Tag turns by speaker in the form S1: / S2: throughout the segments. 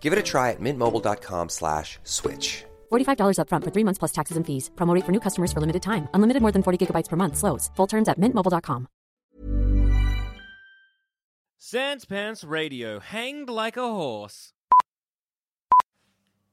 S1: Give it a try at mintmobile.com slash switch.
S2: $45 upfront for three months plus taxes and fees. Promo rate for new customers for limited time. Unlimited more than 40 gigabytes per month. Slows. Full terms at mintmobile.com.
S3: Sans Pants Radio, hanged like a horse.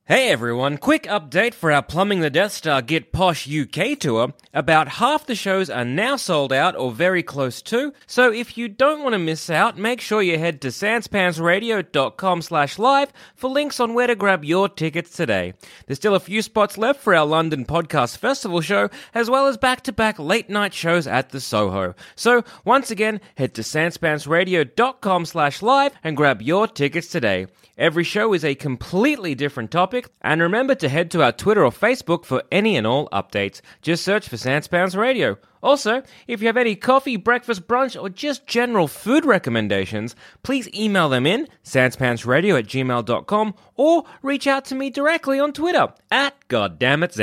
S3: Hey everyone, quick update for our Plumbing the Death Star Get Posh UK tour. About half the shows are now sold out or very close to, so if you don't want to miss out, make sure you head to sanspansradio.com slash live for links on where to grab your tickets today. There's still a few spots left for our London Podcast Festival show, as well as back-to-back late night shows at the Soho. So, once again, head to sanspansradio.com slash live and grab your tickets today. Every show is a completely different topic, and remember to head to our Twitter or Facebook for any and all updates. Just search for Sanspans Radio. Also, if you have any coffee, breakfast, brunch, or just general food recommendations, please email them in, sanspantsradio at gmail.com, or reach out to me directly on Twitter, at goddammit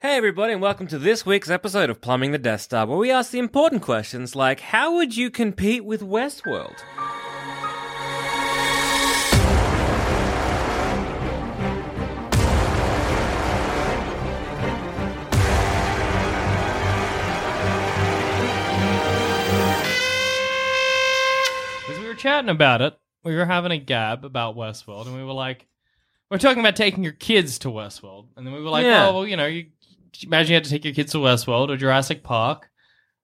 S3: Hey everybody, and welcome to this week's episode of Plumbing the Death Star, where we ask the important questions like, how would you compete with Westworld?
S4: Because we were chatting about it. We were having a gab about Westworld, and we were like, we're talking about taking your kids to Westworld. And then we were like,
S3: Yeah.
S4: oh, well, you know, you imagine you had to take your kids to Westworld or Jurassic Park.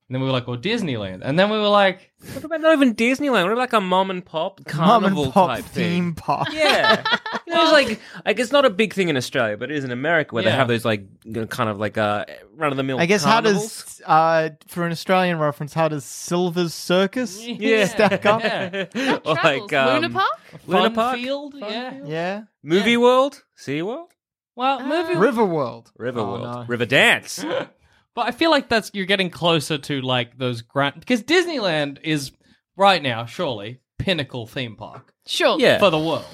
S4: And then we were like, well, Disneyland. And then we were like,
S3: What about not even Disneyland? What about like a mom and pop carnival
S5: Mom and pop
S3: type
S5: theme
S3: thing?
S5: park.
S3: Yeah, you know, it's like like it's not a big thing in Australia, but it is in America where they
S4: Yeah.
S3: have those like you know, kind of like uh, run of the mill.
S5: I guess how does uh, for an Australian reference, how does Silver's Circus
S3: yeah
S5: stack up?
S4: Yeah.
S3: Or
S6: Travels. Luna Park?
S3: Luna
S4: Fun
S3: Park?
S4: Field? yeah.
S5: Yeah.
S3: Movie World, Sea World, Ah.
S4: Well, movie.
S5: River World.
S3: River
S5: Oh,
S3: World,
S5: no.
S3: River Dance.
S4: But I feel like that's you're getting closer to like those grand because Disneyland is right now surely pinnacle theme park
S6: Sure.
S3: Yeah,
S4: for the world.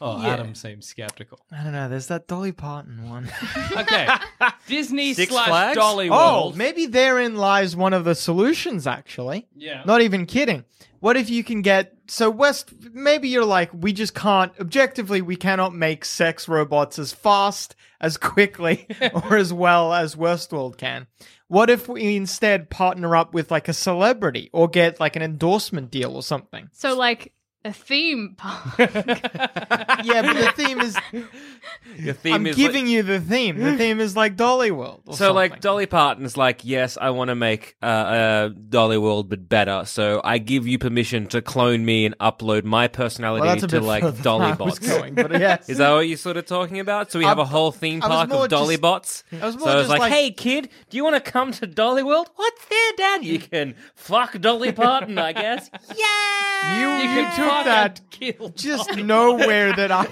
S4: Oh,
S3: Yeah.
S4: Adam seems skeptical.
S5: I don't know. There's that Dolly Parton one.
S4: Okay, Disney
S3: Six
S4: slash
S3: Flags?
S4: Dolly
S5: oh,
S4: World.
S5: maybe therein lies one of the solutions. Actually,
S4: yeah.
S5: not even kidding. What if you can get so West? Maybe you're like, we just can't. Objectively, we cannot make sex robots as fast, as quickly, or as well as Westworld can. What if we instead partner up with like a celebrity or get like an endorsement deal or something?
S6: So like a theme park.
S5: yeah, but the theme is
S3: your theme
S5: I'm
S3: is like-
S5: giving you the theme. The theme is like Dolly World. Or
S3: So like
S5: something.
S3: Dolly Parton's like, yes, I want to make uh, uh, Dolly World but better. So I give you permission to clone me and upload my personality
S5: Well, that's a bit
S3: to
S5: further
S3: like
S5: than
S3: Dolly
S5: I was
S3: bots.
S5: going, but yes.
S3: Is that what you're sort of talking about? So we have
S5: I-
S3: a whole theme
S5: I was
S3: park
S5: more
S3: of Dolly
S5: just-
S3: bots.
S5: I was
S3: so
S5: more
S3: I was
S5: just
S3: like,
S5: like-
S3: "Hey kid, do you want to come to Dolly World? What's there, Dad? You can fuck Dolly Parton, I guess. Yeah,
S5: You- you
S3: can
S5: took
S3: fuck
S5: that-
S3: and kill
S4: Oh.
S5: just nowhere that I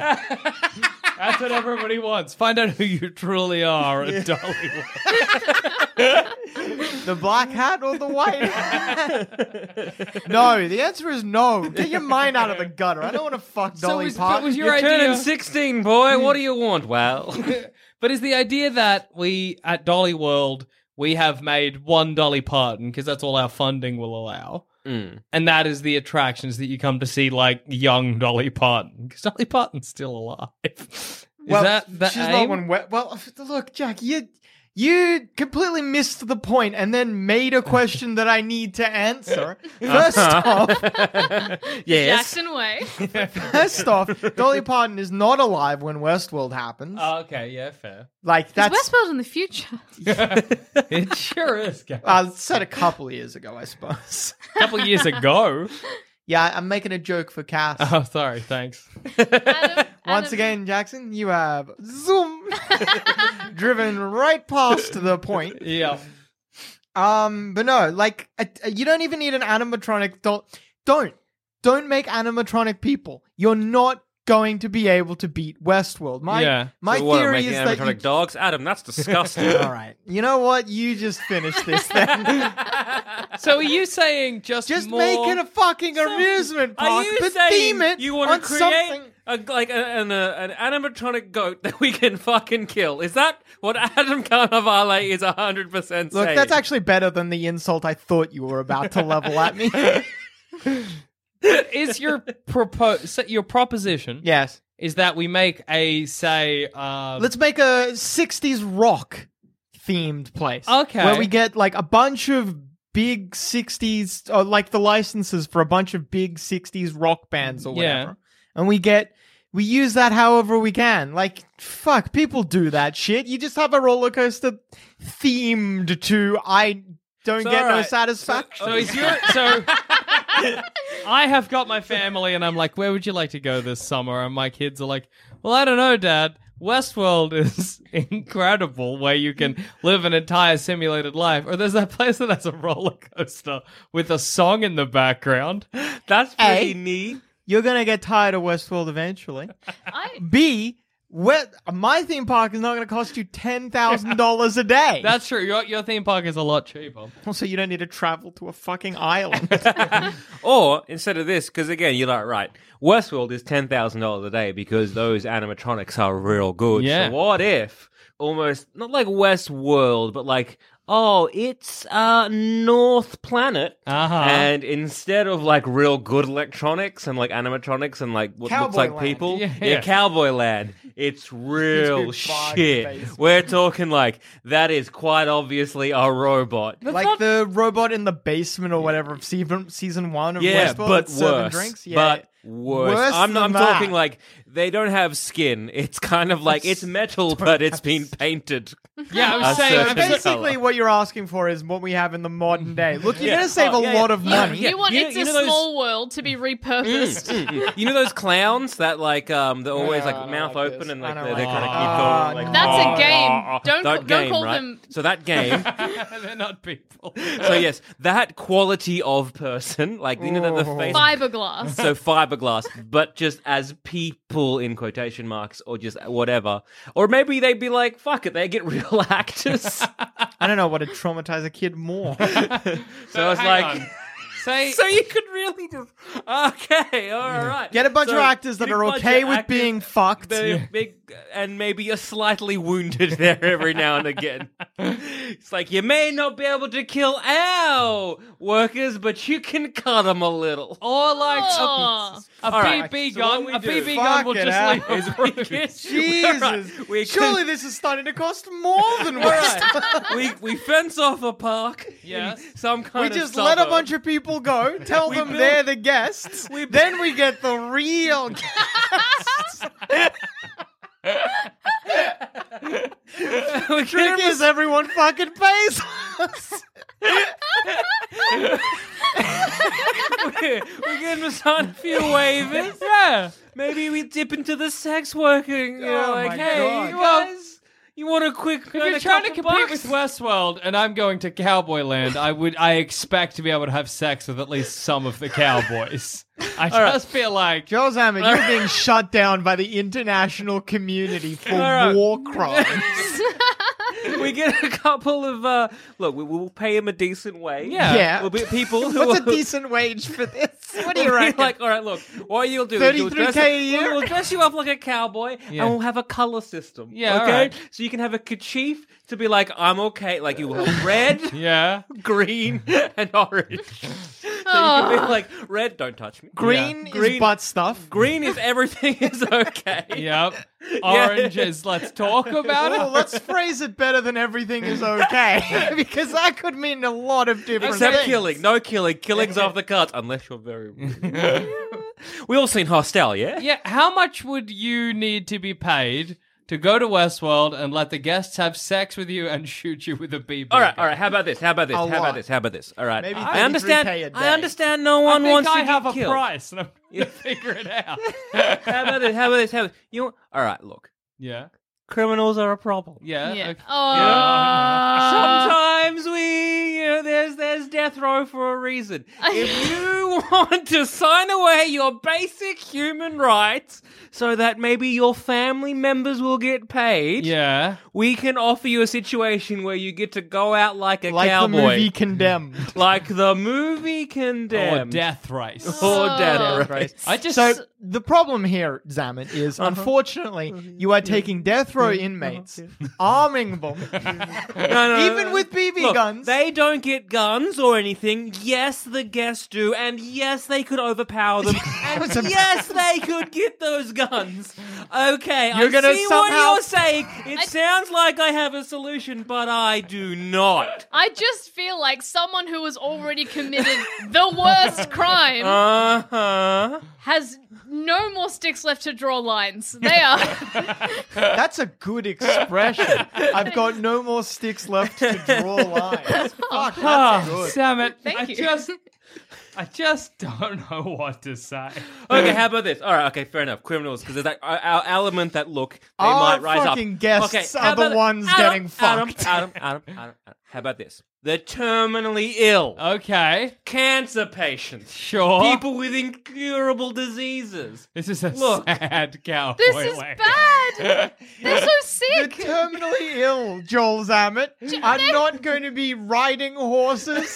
S4: That's what everybody wants. Find out who you truly are at Dollywood.
S5: the black hat or the white hat? no, the answer is no. Get your mind out of the gutter. I don't want to fuck Dolly
S4: is- but
S5: Parton.
S4: was your
S3: You're turning
S4: idea-
S3: 16, boy. What do you want? Well,
S4: But is the idea that we at Dolly World we have made one Dolly Parton because that's all our funding will allow,
S5: Mm.
S4: and that is the attractions that you come to see, like young Dolly Parton, because Dolly Parton's still alive. Is
S5: well,
S4: that the
S5: she's
S4: aim?
S5: not one. We- well, look, Jack, you You completely missed the point and then made a question that I need to answer. First
S4: Uh-huh.
S5: off,
S3: Yes.
S6: Jackson Way.
S5: first off, Dolly Parton is not alive when Westworld happens.
S4: Oh, okay, yeah, fair.
S5: like that's
S6: It's Westworld in the future.
S4: It sure is. guys.
S5: I said a couple of years ago, I suppose.
S4: A couple years ago.
S5: Yeah, I'm making a joke for Cass.
S4: Oh, sorry. Thanks.
S6: Adam,
S5: Once
S6: Adam,
S5: again, Jackson, you have zoom driven right past the point.
S4: Yeah.
S5: Um, but no, like a, a- you don't even need an animatronic. Don't don't don't make animatronic people. You're not going to be able to beat Westworld. My
S4: Yeah.
S5: my
S3: So what,
S5: theory
S3: making
S5: is that
S3: animatronic
S5: you-
S3: dogs. Adam, that's disgusting.
S5: all right. You know what? You just finish this then.
S4: So are you saying just
S5: just
S4: more...
S5: make it a fucking amusement
S3: Are
S5: park,
S3: you
S5: but
S3: saying
S5: theme it
S3: you
S5: on
S3: want to create
S5: something.
S3: a, like a, an, uh an animatronic goat that we can fucking kill? Is that what Adam Carnavale is hundred percent saying?
S5: Look, that's actually better than the insult I thought you were about to level at me.
S4: is your propose so your proposition
S5: yes.
S4: is that we make a say uh
S5: Let's make a 60s rock themed place.
S4: Okay.
S5: Where we get like a bunch of big 60s, or like the licenses for a bunch of big 60s rock bands or
S4: Yeah.
S5: whatever. And we get, we use that however we can. Like, fuck, people do that shit. You just have a roller coaster themed to I don't
S3: So,
S5: get no
S3: alright.
S5: satisfaction.
S4: so is your so I have got my family and I'm like, where would you like to go this summer? And my kids are like, Well, I don't know, Dad. Westworld is incredible where you can live an entire simulated life. Or there's that place that has a roller coaster with a song in the background.
S3: that's pretty
S5: A.
S3: neat.
S5: You're going to get tired of Westworld eventually.
S6: I,
S5: B, what my theme park is not going to cost you ten thousand dollars a day.
S4: That's true. Your, your theme park is a lot cheaper.
S5: also you don't need to travel to a fucking island.
S3: Or instead of this, because again, you're like, right, Westworld is ten thousand dollars a day because those animatronics are real good.
S4: Yeah.
S3: So what if almost not like Westworld, but like oh, it's uh North Planet,
S4: Uh-huh.
S3: and instead of like real good electronics and like animatronics and like what looks
S5: Cowboy
S3: like
S5: land.
S3: people,
S4: Yeah.
S3: Cowboy Land, it's real
S5: It's big fog
S3: shit.
S5: space.
S3: We're talking like that is quite obviously a robot.
S5: like the robot in the basement or whatever of season season one of
S3: Yeah,
S5: Westworld
S3: but
S5: that's serving
S3: worse.
S5: drinks.
S3: But worse.
S5: Worse
S3: I'm, not,
S5: than
S3: I'm
S5: that.
S3: talking like they don't have skin. It's kind of like it's metal, but it's been painted.
S4: Yeah, I was
S3: A
S4: saying,
S5: So
S3: certain
S4: I'm so-
S5: basically, what you're asking for is what we have in the modern day. Look, you're
S3: Yeah.
S5: going to save
S3: Oh,
S5: a
S3: yeah,
S5: lot
S3: yeah.
S5: of
S3: You-
S5: money.
S3: yeah.
S6: you want
S3: You-
S6: It's
S3: you
S6: a
S3: know those- Mm,
S6: Small World to be repurposed.
S3: you know those clowns that like um they're always like mouth
S5: like
S3: open
S5: this.
S3: and
S5: I
S3: like
S5: don't
S3: they're, they're
S5: like
S3: kind of
S5: this.
S3: keep
S5: Oh,
S3: going. Like,
S6: That's a
S3: "Oh,
S6: game.
S3: oh, oh." that
S6: Don't ca- don't
S3: game,
S6: call
S3: right?
S6: them-
S3: So that game.
S4: they're not people.
S3: so yes, that quality of person, like you know the, the face.
S6: Fiberglass.
S3: so fiberglass, but just as people in quotation marks, or just whatever, or maybe they'd be like, "Fuck it," they get real actors.
S5: I don't know what would traumatize a kid more.
S3: So it's
S4: Uh, Hang
S3: like,
S4: on. Say,
S3: so you could really just okay, all right.
S5: Get a bunch
S3: So,
S5: of actors that
S3: get a
S5: are
S3: bunch
S5: okay
S3: of
S5: with
S3: actors
S5: being fucked.
S3: that are big and maybe are slightly wounded there every now and again. it's like you may not be able to kill our workers, but you can cut them a little.
S4: or like
S6: Oh.
S4: a, a
S3: right,
S4: BB
S3: so
S4: gun.
S3: what
S4: A
S3: do we do?
S4: BB gun will
S5: Fucking
S4: just
S5: hell.
S4: leave. us
S3: Jesus,
S5: Jesus, surely this is starting to cost more than Westworld.
S3: we we fence off a park. in
S4: Yes.
S3: some
S5: We
S3: kind of
S5: just let a
S3: suburb.
S5: bunch of people go, tell
S3: We
S5: them
S3: build-
S5: they're the guests,
S3: We-
S5: then we get the real guests.
S3: We
S5: Trick
S3: get a-
S5: is everyone fucking pays us.
S3: we get them to sign a few waivers.
S4: yeah.
S3: Maybe we dip into the sex working. You know,
S5: Oh
S3: like,
S5: my
S3: hey,
S5: God.
S3: you guys, you want a quick?
S4: If you're trying to compete with Westworld and I'm going to Cowboy Land, I would I expect to be able to have sex with at least some of the cowboys. I just feel like
S5: Joel Zammit, you're being shut down by the international community for
S3: right.
S5: war crimes.
S3: we get a couple of uh, look. We will pay him a decent wage.
S4: Yeah.
S5: Yeah.
S3: we'll be people who
S5: What's a
S3: are-
S5: decent wage for this? What do
S3: We'll
S5: you
S3: be
S5: reckon?
S3: Like, all right, look, what you'll do is you'll
S5: 33K
S3: dress,
S5: a
S3: we'll-
S5: year?
S3: We'll, dress you up like a cowboy,
S4: Yeah.
S3: and we'll have a color system.
S4: Yeah, all
S3: okay.
S4: right.
S3: So you can have a kerchief to be like, I'm okay. Like you will have red,
S4: yeah.
S3: green, and orange. So you can be like, red, don't touch me.
S5: Green is
S3: Green-
S5: butt stuff.
S3: Green is everything is okay.
S4: Yep. Oranges. Let's talk about
S3: Oh.
S5: Well,
S4: it.
S5: Oh, let's phrase it better than everything is okay, because that could mean a lot of different
S3: Except
S5: things.
S3: killing. No killing. Killing's off the cards. Unless you're very. we all seen Hostel, yeah?
S4: Yeah. How much would you need to be paid to go to Westworld and let the guests have sex with you and shoot you with a BB?
S3: All right, all right. How about this? How about this?
S5: A
S3: how
S5: lot.
S3: about this? How about this? All right.
S5: Maybe
S3: I
S5: 33K a
S3: understand.
S5: day.
S3: I understand. No one
S4: I think
S3: wants
S4: I
S3: to
S4: have
S3: get
S4: a
S3: killed.
S4: price, and I'm going to figure it out.
S3: How about this? How about this? How about this? You. know- All right. Look,
S4: yeah.
S3: criminals are a problem.
S4: Yeah.
S6: Yeah.
S4: okay.
S6: Oh.
S5: Uh,
S3: Sometimes we, you know, there's there's death row for a reason. If you want to sign away your basic human rights so that maybe your family members will get paid,
S4: Yeah.
S3: we can offer you a situation where you get to go out like a
S5: Like
S3: cowboy,
S5: the movie Condemned.
S3: like the movie
S4: Or
S3: condemned,
S4: death race.
S5: Oh,
S3: or death
S6: Death
S3: row.
S4: I just
S5: So the problem here, Zaman, is
S3: Uh-huh.
S5: unfortunately you are taking death row inmates,
S3: Uh-huh.
S5: arming them,
S3: No, no, no,
S5: even
S3: no.
S5: with BB
S3: Look,
S5: guns.
S3: They don't get guns or anything. Yes, the guests do, and yes, they could overpower them. and yes, they could get those guns. Okay, I
S5: You're gonna
S3: see
S5: somehow-
S3: what you're saying. It sounds like I have a solution, but I do not.
S6: I just feel like someone who has already committed the worst crime
S3: Uh
S5: Uh-huh.
S3: huh.
S6: has no more sticks left to draw lines. They are.
S5: That's a good expression. I've got no more sticks left to draw lines. Fuck,
S3: Ah.
S5: that's
S4: Oh,
S5: good.
S4: damn it.
S6: Thank
S4: I
S6: you.
S4: just I just don't know what to say.
S3: Okay, how about this? All right, okay, fair enough. Criminals, because there's that uh, our element that look they
S5: Our
S3: might rise up.
S5: fucking guests
S3: okay,
S5: are
S3: how
S5: the
S3: about-
S5: ones
S3: Adam,
S5: getting
S3: Adam,
S5: fucked.
S3: Adam, Adam, Adam, Adam. How about this? The terminally ill,
S4: Okay.
S3: cancer patients,
S5: Oh.
S4: Sure.
S3: people with incurable diseases.
S4: this is a
S3: Look.
S4: sad cowboy.
S6: This is
S4: way.
S6: bad. They're so
S5: The
S6: sick.
S5: terminally ill, Joel Zammit, are not going to be riding horses.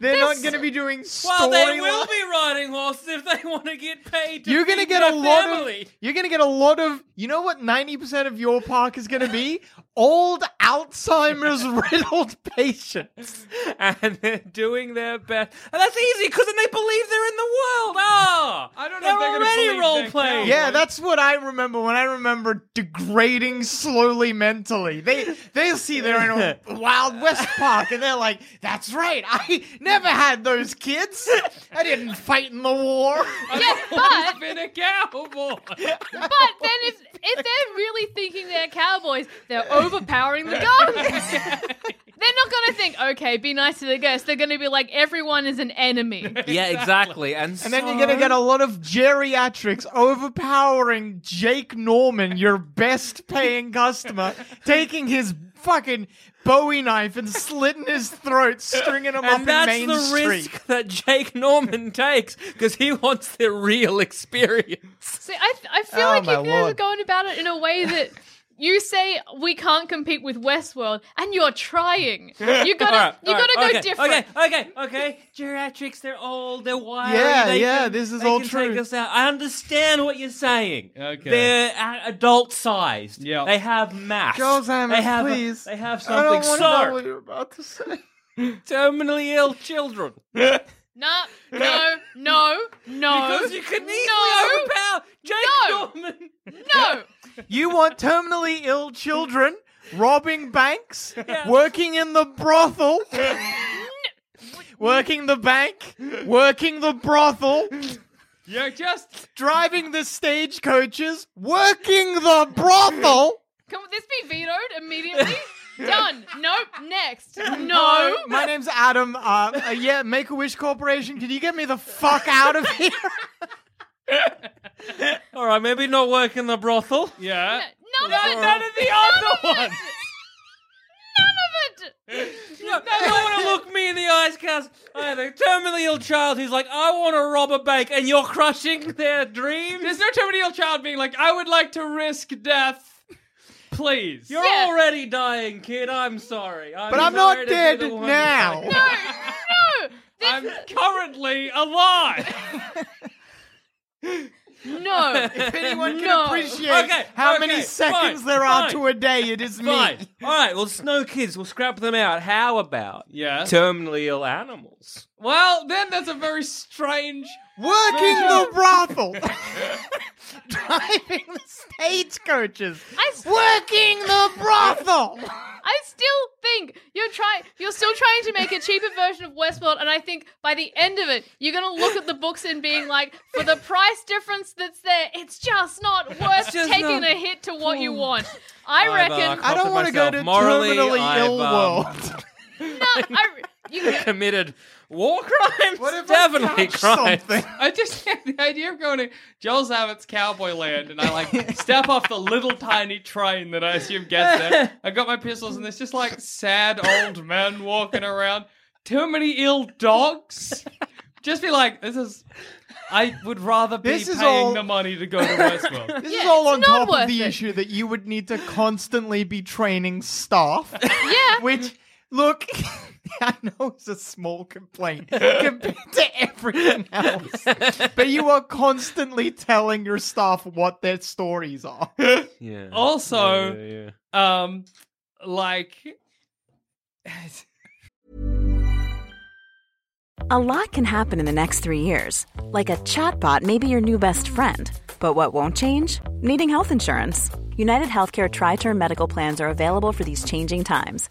S5: They're not
S6: This-
S5: going to be doing storylines.
S3: Well, they will be riding horses if they want to get paid. To
S5: you're gonna
S3: feed
S5: get
S3: their
S5: a lot
S3: family.
S5: of. You're gonna get a lot of. You know what? Ninety percent of your park is gonna be old Alzheimer's riddled patients.
S3: and they're doing their best, and that's easy because then they believe they're in the world. Ah,
S4: I don't know
S3: they're
S4: if they're gonna
S3: already
S4: believe
S3: role
S4: they're
S3: playing.
S5: Yeah, that's what I remember when I remember degrading slowly mentally. They they see they're in a Wild West park and they're like, "That's right, I never had those kids. I didn't fight in the war."
S6: Yeah, but
S4: Been a cowboy.
S6: but then if if they're really thinking they're cowboys, they're overpowering the guns. they're not gonna think, okay, be nice to the guests. They're gonna be like, everyone is an enemy.
S3: yeah, exactly. And,
S5: And then you're gonna get a lot of geriatrics overpowering Jake Norman, your best paying customer, taking his fucking Bowie knife and slitting his throat, stringing him up
S3: And that's
S5: in Main
S3: the
S5: Street.
S3: risk that Jake Norman takes because he wants the real experience.
S6: See, I I feel
S5: Oh,
S6: like
S5: my
S6: you guys are
S5: lord.
S6: going about it in a way that. You say we can't compete with Westworld, and you're trying. You gotta,
S3: All right,
S6: you
S3: all right,
S6: gotta go
S3: okay,
S6: different.
S3: Okay, okay, okay. Geriatrics, they're old, they're wiry.
S5: Yeah,
S3: they
S5: yeah,
S3: can-
S5: this is
S3: they
S5: all
S3: can
S5: true.
S3: Take us out. I understand what you're saying.
S4: Okay.
S3: They're a- adult sized.
S4: Yeah.
S3: They have mass.
S5: Joel Zammit,
S3: they have,
S5: please.
S3: They have
S5: I don't
S3: something.
S5: wanna know what
S3: So,
S5: you're about to say.
S3: terminally ill children.
S6: No, no, no, no.
S3: Because you can easily
S6: no,
S3: overpower Jake
S6: No.
S3: Norman.
S6: No.
S5: You want terminally ill children robbing banks, working in the brothel. Working the bank, working the brothel,
S4: You're just
S5: driving the stagecoaches, working the brothel.
S6: Can this be vetoed immediately? Done. Nope. Next.
S5: Hello,
S6: No.
S5: my name's Adam. Uh, uh, yeah, Make a Wish Corporation. Can you get me the fuck out of here?
S3: All right, maybe not work in the brothel.
S4: Yeah.
S6: None of it.
S4: None of the other ones.
S6: None of it.
S3: No, they don't want to look me in the eyes, Cass. I had a terminally ill child who's like, I want to rob a bank, and you're crushing their dreams.
S4: There's no terminal child being like, I would like to risk death. Please.
S3: You're
S6: Yeah.
S3: already dying, kid. I'm sorry. I'm
S5: But I'm
S3: sorry
S5: not
S3: to be
S5: dead
S3: the one-
S5: now.
S6: No.
S4: I'm currently alive.
S6: No.
S5: If anyone can
S6: No.
S5: appreciate
S3: Okay,
S5: how
S3: okay,
S5: many seconds
S3: fine,
S5: there are
S3: fine,
S5: to a day, it is
S3: Fine.
S5: me.
S3: All right. Well, snow kids. We'll scrap them out. How about
S4: Yeah.
S3: terminally ill animals?
S4: Well, then that's a very strange.
S5: Working the brothel. Driving the stagecoaches.
S6: I s-
S5: Working the brothel.
S6: I still think you're trying. You're still trying to make a cheaper version of Westworld, and I think by the end of it, you're gonna look at the books and being like, for the price difference that's there, it's just not worth
S3: just
S6: taking
S3: not-
S6: a hit to what you want.
S3: I've,
S6: I
S3: uh,
S6: reckon.
S5: I don't
S3: Comfort
S5: want to go
S3: myself
S5: to
S3: morally,
S5: terminally
S3: I've,
S5: ill
S3: um,
S5: world.
S6: no, I, you,
S3: Committed war crimes?
S5: What if
S3: Definitely
S5: I
S3: crimes.
S5: touch something?
S4: I just had the idea of going to Joel's Abbott's Cowboy Land, and I like step off the little tiny train that I assume gets there. I got my pistols, and there's just like sad old men walking around. Too many ill dogs. Just be like, this is. I would rather be
S5: This is
S4: paying
S5: all-
S4: the money to go to Westworld.
S5: This
S6: Yeah,
S5: is all
S6: it's
S5: on
S6: not
S5: top of
S6: worth
S5: the
S6: it.
S5: issue that you would need to constantly be training staff.
S6: yeah.
S5: Which, look, I know it's a small complaint compared to everything else, but you are constantly telling your staff what their stories are.
S3: Yeah.
S6: Oh.
S4: Also-
S3: Yeah, yeah, yeah.
S4: Um, like.
S7: A lot can happen in the next three years. Like a chatbot may be your new best friend. But what won't change? Needing health insurance. United Healthcare Tri Term Medical Plans are available for these changing times.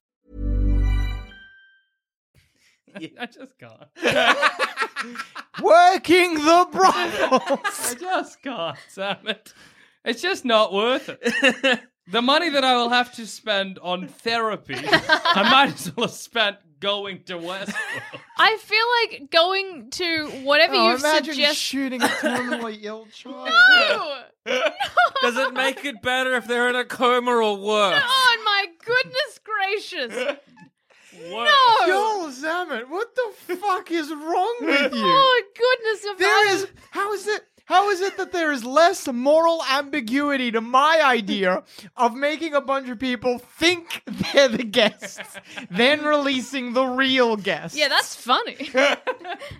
S4: I just can't.
S5: Working the brothels.
S4: I just can't, Sam. It. It's just not worth it. the money that I will have to spend on therapy, I might as well have spent going to Westworld.
S6: I feel like going to whatever
S5: Oh,
S6: you've
S5: imagine
S6: suggested.
S5: shooting a terminally ill child.
S6: No!
S3: Does it make it better if they're in a coma or worse?
S6: Oh my goodness gracious!
S3: Worse.
S6: No!
S5: Joel Zammit, what the fuck is wrong with you?
S6: Oh goodness! If
S5: There
S6: I-
S5: is how is it how is it that there is less moral ambiguity to my idea of making a bunch of people think they're the guests, then releasing the real guests?
S6: Yeah, that's funny. and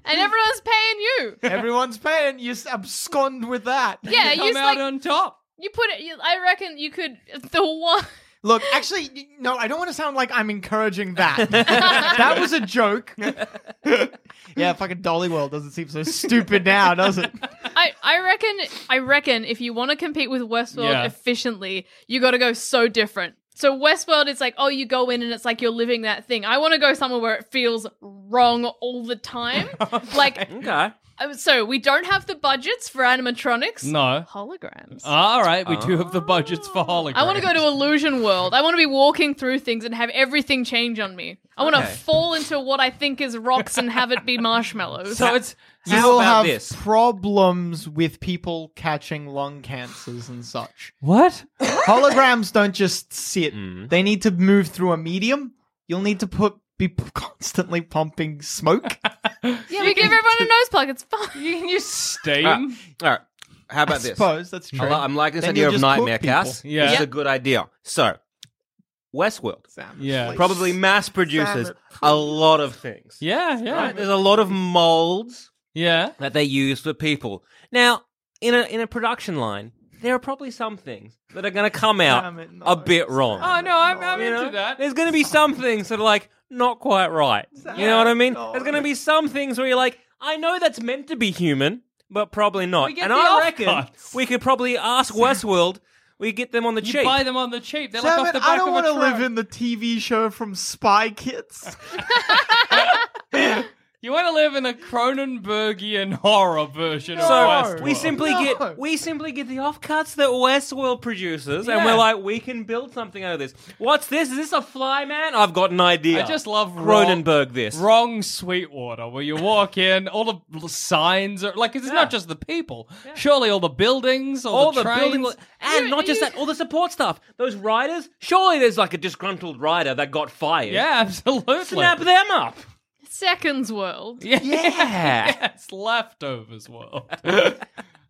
S6: everyone's paying you.
S5: everyone's paying. You s- abscond with that.
S6: Yeah, you
S4: Come
S6: just,
S4: out
S6: like
S4: on top.
S6: you put it. You, I reckon you could the one.
S5: Look, actually, y- no, I don't want to sound like I'm encouraging that. that was a joke. yeah, fucking Dolly World doesn't seem so stupid now, does it?
S6: I I reckon I reckon if you want to compete with Westworld
S4: Yeah.
S6: efficiently, you got to go so different. So Westworld is like, oh, you go in and it's like you're living that thing. I want to go somewhere where it feels wrong all the time. like,
S3: Okay.
S6: uh, so we don't have the budgets for animatronics.
S4: No.
S6: Holograms.
S4: All right, we do have the budgets for holograms.
S6: Ah. I want to go to Illusion World. I want to be walking through things and have everything change on me. I want to fall into what I think is rocks and have it be marshmallows.
S3: So it's
S5: You
S3: how
S5: will
S3: about
S5: have
S3: this?
S5: problems with people catching lung cancers and such.
S4: What?
S5: Holograms don't just sit;
S3: Mm.
S5: they need to move through a medium. You'll need to put be p- constantly pumping smoke.
S6: yeah, we give everyone a nose plug. It's fine.
S4: You can use steam.
S3: All right. All right. How about
S5: I
S3: this?
S5: suppose that's true.
S3: I li- I'm liking this
S5: Then
S3: idea
S5: you'll
S3: of
S5: just cook
S3: Nightmare
S5: people.
S3: Cast.
S4: Yeah.
S3: This is
S4: Yeah.
S3: a good idea. So, Westworld
S4: Yeah.
S5: Like
S3: probably
S5: s-
S3: mass produces
S5: salmon.
S3: a lot of things.
S4: yeah, yeah,
S3: Right? There's a lot of molds
S4: yeah.
S3: that they use for people. Now, in a in a production line, there are probably some things that are going to come out
S5: Damn it, no,
S3: a bit wrong.
S5: damn
S4: Oh no, I'm, I'm
S3: You know?
S4: into that.
S3: There's going to be some things that are like not quite right. You know what I mean? There's going to be some things where you're like, I know that's meant to be human, but probably not.
S4: We get
S3: and
S4: the
S3: I reckon
S4: offcuts.
S3: we could probably ask Westworld. We get them on the
S4: you
S3: cheap.
S4: buy them on the cheap. They're like
S5: Damn
S4: off
S5: it,
S4: the back
S5: I don't
S4: of
S5: want
S4: a
S5: to
S4: truck.
S5: live in the TV show from Spy Kids.
S4: You want to live in a Cronenbergian horror version of
S3: so
S4: Westworld.
S3: we simply
S5: No.
S3: get we simply get the offcuts that Westworld produces, and
S4: Yeah.
S3: we're like, we can build something out of this. What's this? Is this a fly man? I've got an idea.
S4: I just love raw-
S3: Cronenberg. This
S4: Wrong Sweetwater, where you walk in, all the l- signs are like, 'cause it's
S3: Yeah.
S4: not just the people. Surely all the buildings, all,
S3: all the,
S4: trains.
S3: building, and not just
S6: you-
S3: that, all the support stuff. Those writers. Surely there's like a disgruntled writer that got fired.
S4: yeah, absolutely.
S3: snap them up.
S6: Seconds World.
S4: Yeah.
S3: Yeah.
S4: Yes, leftovers world.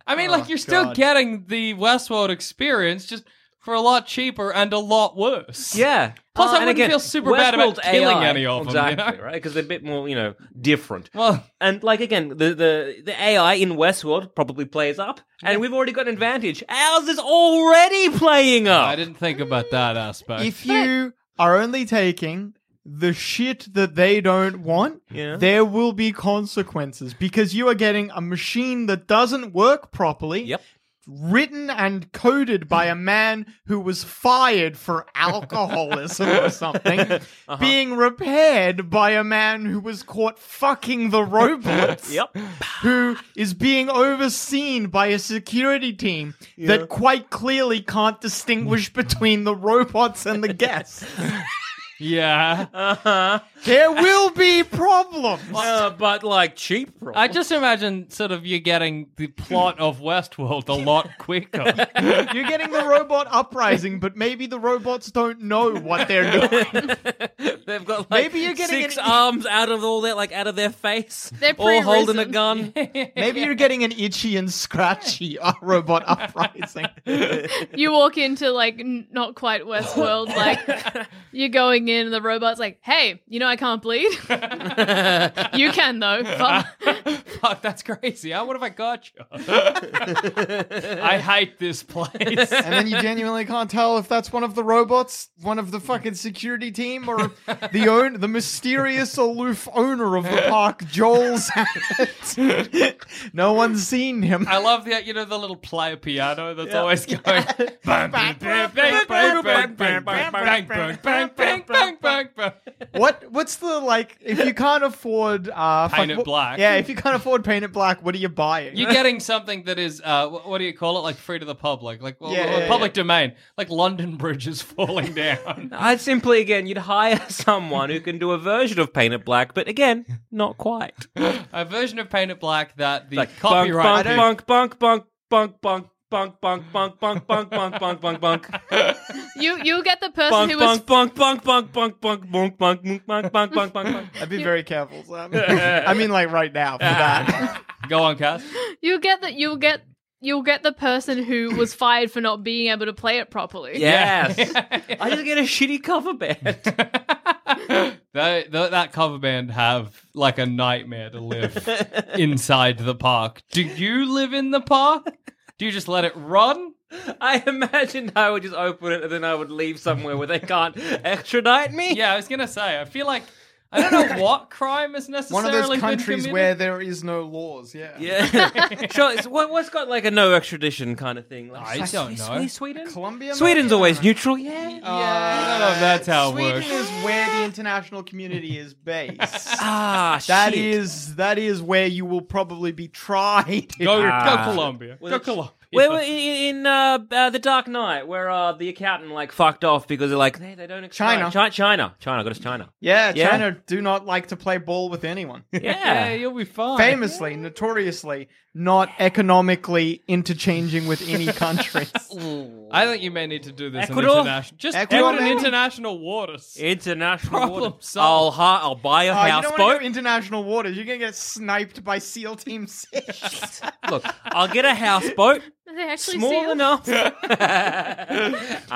S4: I mean, like, you're still getting the Westworld experience just for a lot cheaper and a lot worse.
S3: Yeah.
S4: Plus, I
S3: and
S4: wouldn't feel super bad about
S3: Westworld's
S4: killing any of 'em,
S3: exactly,
S4: you know?
S3: right? Because they're a bit more, you know, different.
S4: Well,
S3: And like again, the, the the AI in Westworld probably plays up, and we've already got an advantage. Ours is already playing up.
S4: I didn't think about that aspect.
S5: if you are only taking the shit that they don't want,
S3: Yeah.
S5: there will be consequences because you are getting a machine that doesn't work properly.
S3: Yep.
S5: Written and coded by a man who was fired for alcoholism or something,
S3: Uh-huh.
S5: being repaired by a man who was caught fucking the robots
S3: Yep.
S5: who is being overseen by a security team that quite clearly can't distinguish between the robots and the guests.
S4: yeah.
S5: there will be problems.
S3: Uh, but like cheap.
S4: I just imagine sort of you getting the plot of Westworld a lot quicker.
S5: You're getting the robot uprising, but maybe the robots don't know what they're doing.
S3: They've got like
S5: Maybe you're getting
S3: six
S5: an-
S3: arms out of all their like out of their face.
S6: They're
S3: e all holding a
S6: pre-risen.
S3: gun.
S5: Maybe you're getting an itchy and scratchy uh, robot uprising.
S6: You walk into like n- not quite Westworld. Like you're going in, and the robot's like, "Hey, you know I can't bleed. you can though. Fuck.
S4: Fuck, that's crazy. Huh? What have I got you? I hate this place.
S5: And then you genuinely can't tell if that's one of the robots, one of the fucking security team, or the own the mysterious aloof owner of the park, Joel Zammett. no one's seen him.
S4: I love the you know the little player piano that's always going bang bang bang bang bang bang bang bang bang bang bang bang bang bang.
S5: What what's the like if you can't afford uh
S4: Paint it
S5: what-
S4: black.
S5: Yeah, if you can't afford paint it black, what are you buying?
S4: You're getting something that is uh wh- what do you call it like free to the public like well,
S5: Yeah,
S4: well,
S5: yeah,
S4: public domain like London Bridge is falling down.
S3: I'd simply again you'd hire someone who can do a version of Paint It Black, but again, not quite.
S4: A version of Paint It Black that the
S3: Like bunk
S4: copyright
S3: bunk bunk bunk bunk bunk bunk bunk bunk bunk bunk bunk bunk bunk bunk bunk
S6: You you get the person
S3: bunk
S6: who was
S3: bunk bunk bunk bunk bunk bunk bunk bunk bunk bunk bunk bunk bunk bunk.
S5: I'd be very careful. Sam. I mean like right now for that.
S4: Go on, Cass.
S6: you get that you'll get you'll get the person who was fired for not being able to play it properly.
S3: Yes. I just get a shitty cover band.
S4: They, th that cover band have like a nightmare to live inside the park. Do you live in the park? Do you just let it run?
S3: I imagined I would just open it and then I would leave somewhere where they can't extradite me.
S4: Yeah, I was gonna say. I feel like I don't know what crime is
S5: One
S4: necessarily
S5: of those
S4: been
S5: countries
S4: committed.
S5: where there is no laws. Yeah.
S3: Yeah, sure. It's, what, what's got like a no extradition kind of thing? Like,
S4: I
S3: Swi-
S4: don't
S3: Swi-
S4: know.
S3: Swi- Sweden.
S5: Colombia.
S3: Sweden's
S5: maybe?
S3: always neutral. Yeah.
S5: Oh.
S4: Yeah, I don't know if that's how it
S5: Sweden
S4: works.
S5: is where the international community is based.
S3: Ah,
S5: That
S3: shit.
S5: is that is where you will probably be tried.
S4: Go,
S3: Ah.
S4: go Colombia.
S3: Well,
S4: Go
S3: it's-
S4: Colombia.
S3: Where were- in, in uh, uh, the Dark Knight, where uh, the accountant like fucked off because they're like they, they don't
S5: China.
S3: China, China, China, got us China.
S5: Yeah,
S3: Yeah.
S5: China do not like to play ball with anyone.
S4: Yeah,
S3: Yeah,
S4: you'll be fine.
S5: Famously, notoriously, not economically interchanging with any countries. Uh,
S4: I think you may need to do this
S3: Ecuador?
S4: in international. Just
S5: Ecuador,
S4: do it in
S5: maybe?
S4: international waters.
S3: international.
S4: Problem
S3: water.
S4: solved.
S3: I'll hi- I'll buy
S5: Oh, you
S3: a
S5: don't want to
S3: houseboat.
S5: go international waters. You're gonna get sniped by SEAL Team Six.
S3: Look, I'll get a houseboat,
S6: Are they actually
S3: small
S6: sealed?
S3: enough.
S5: well,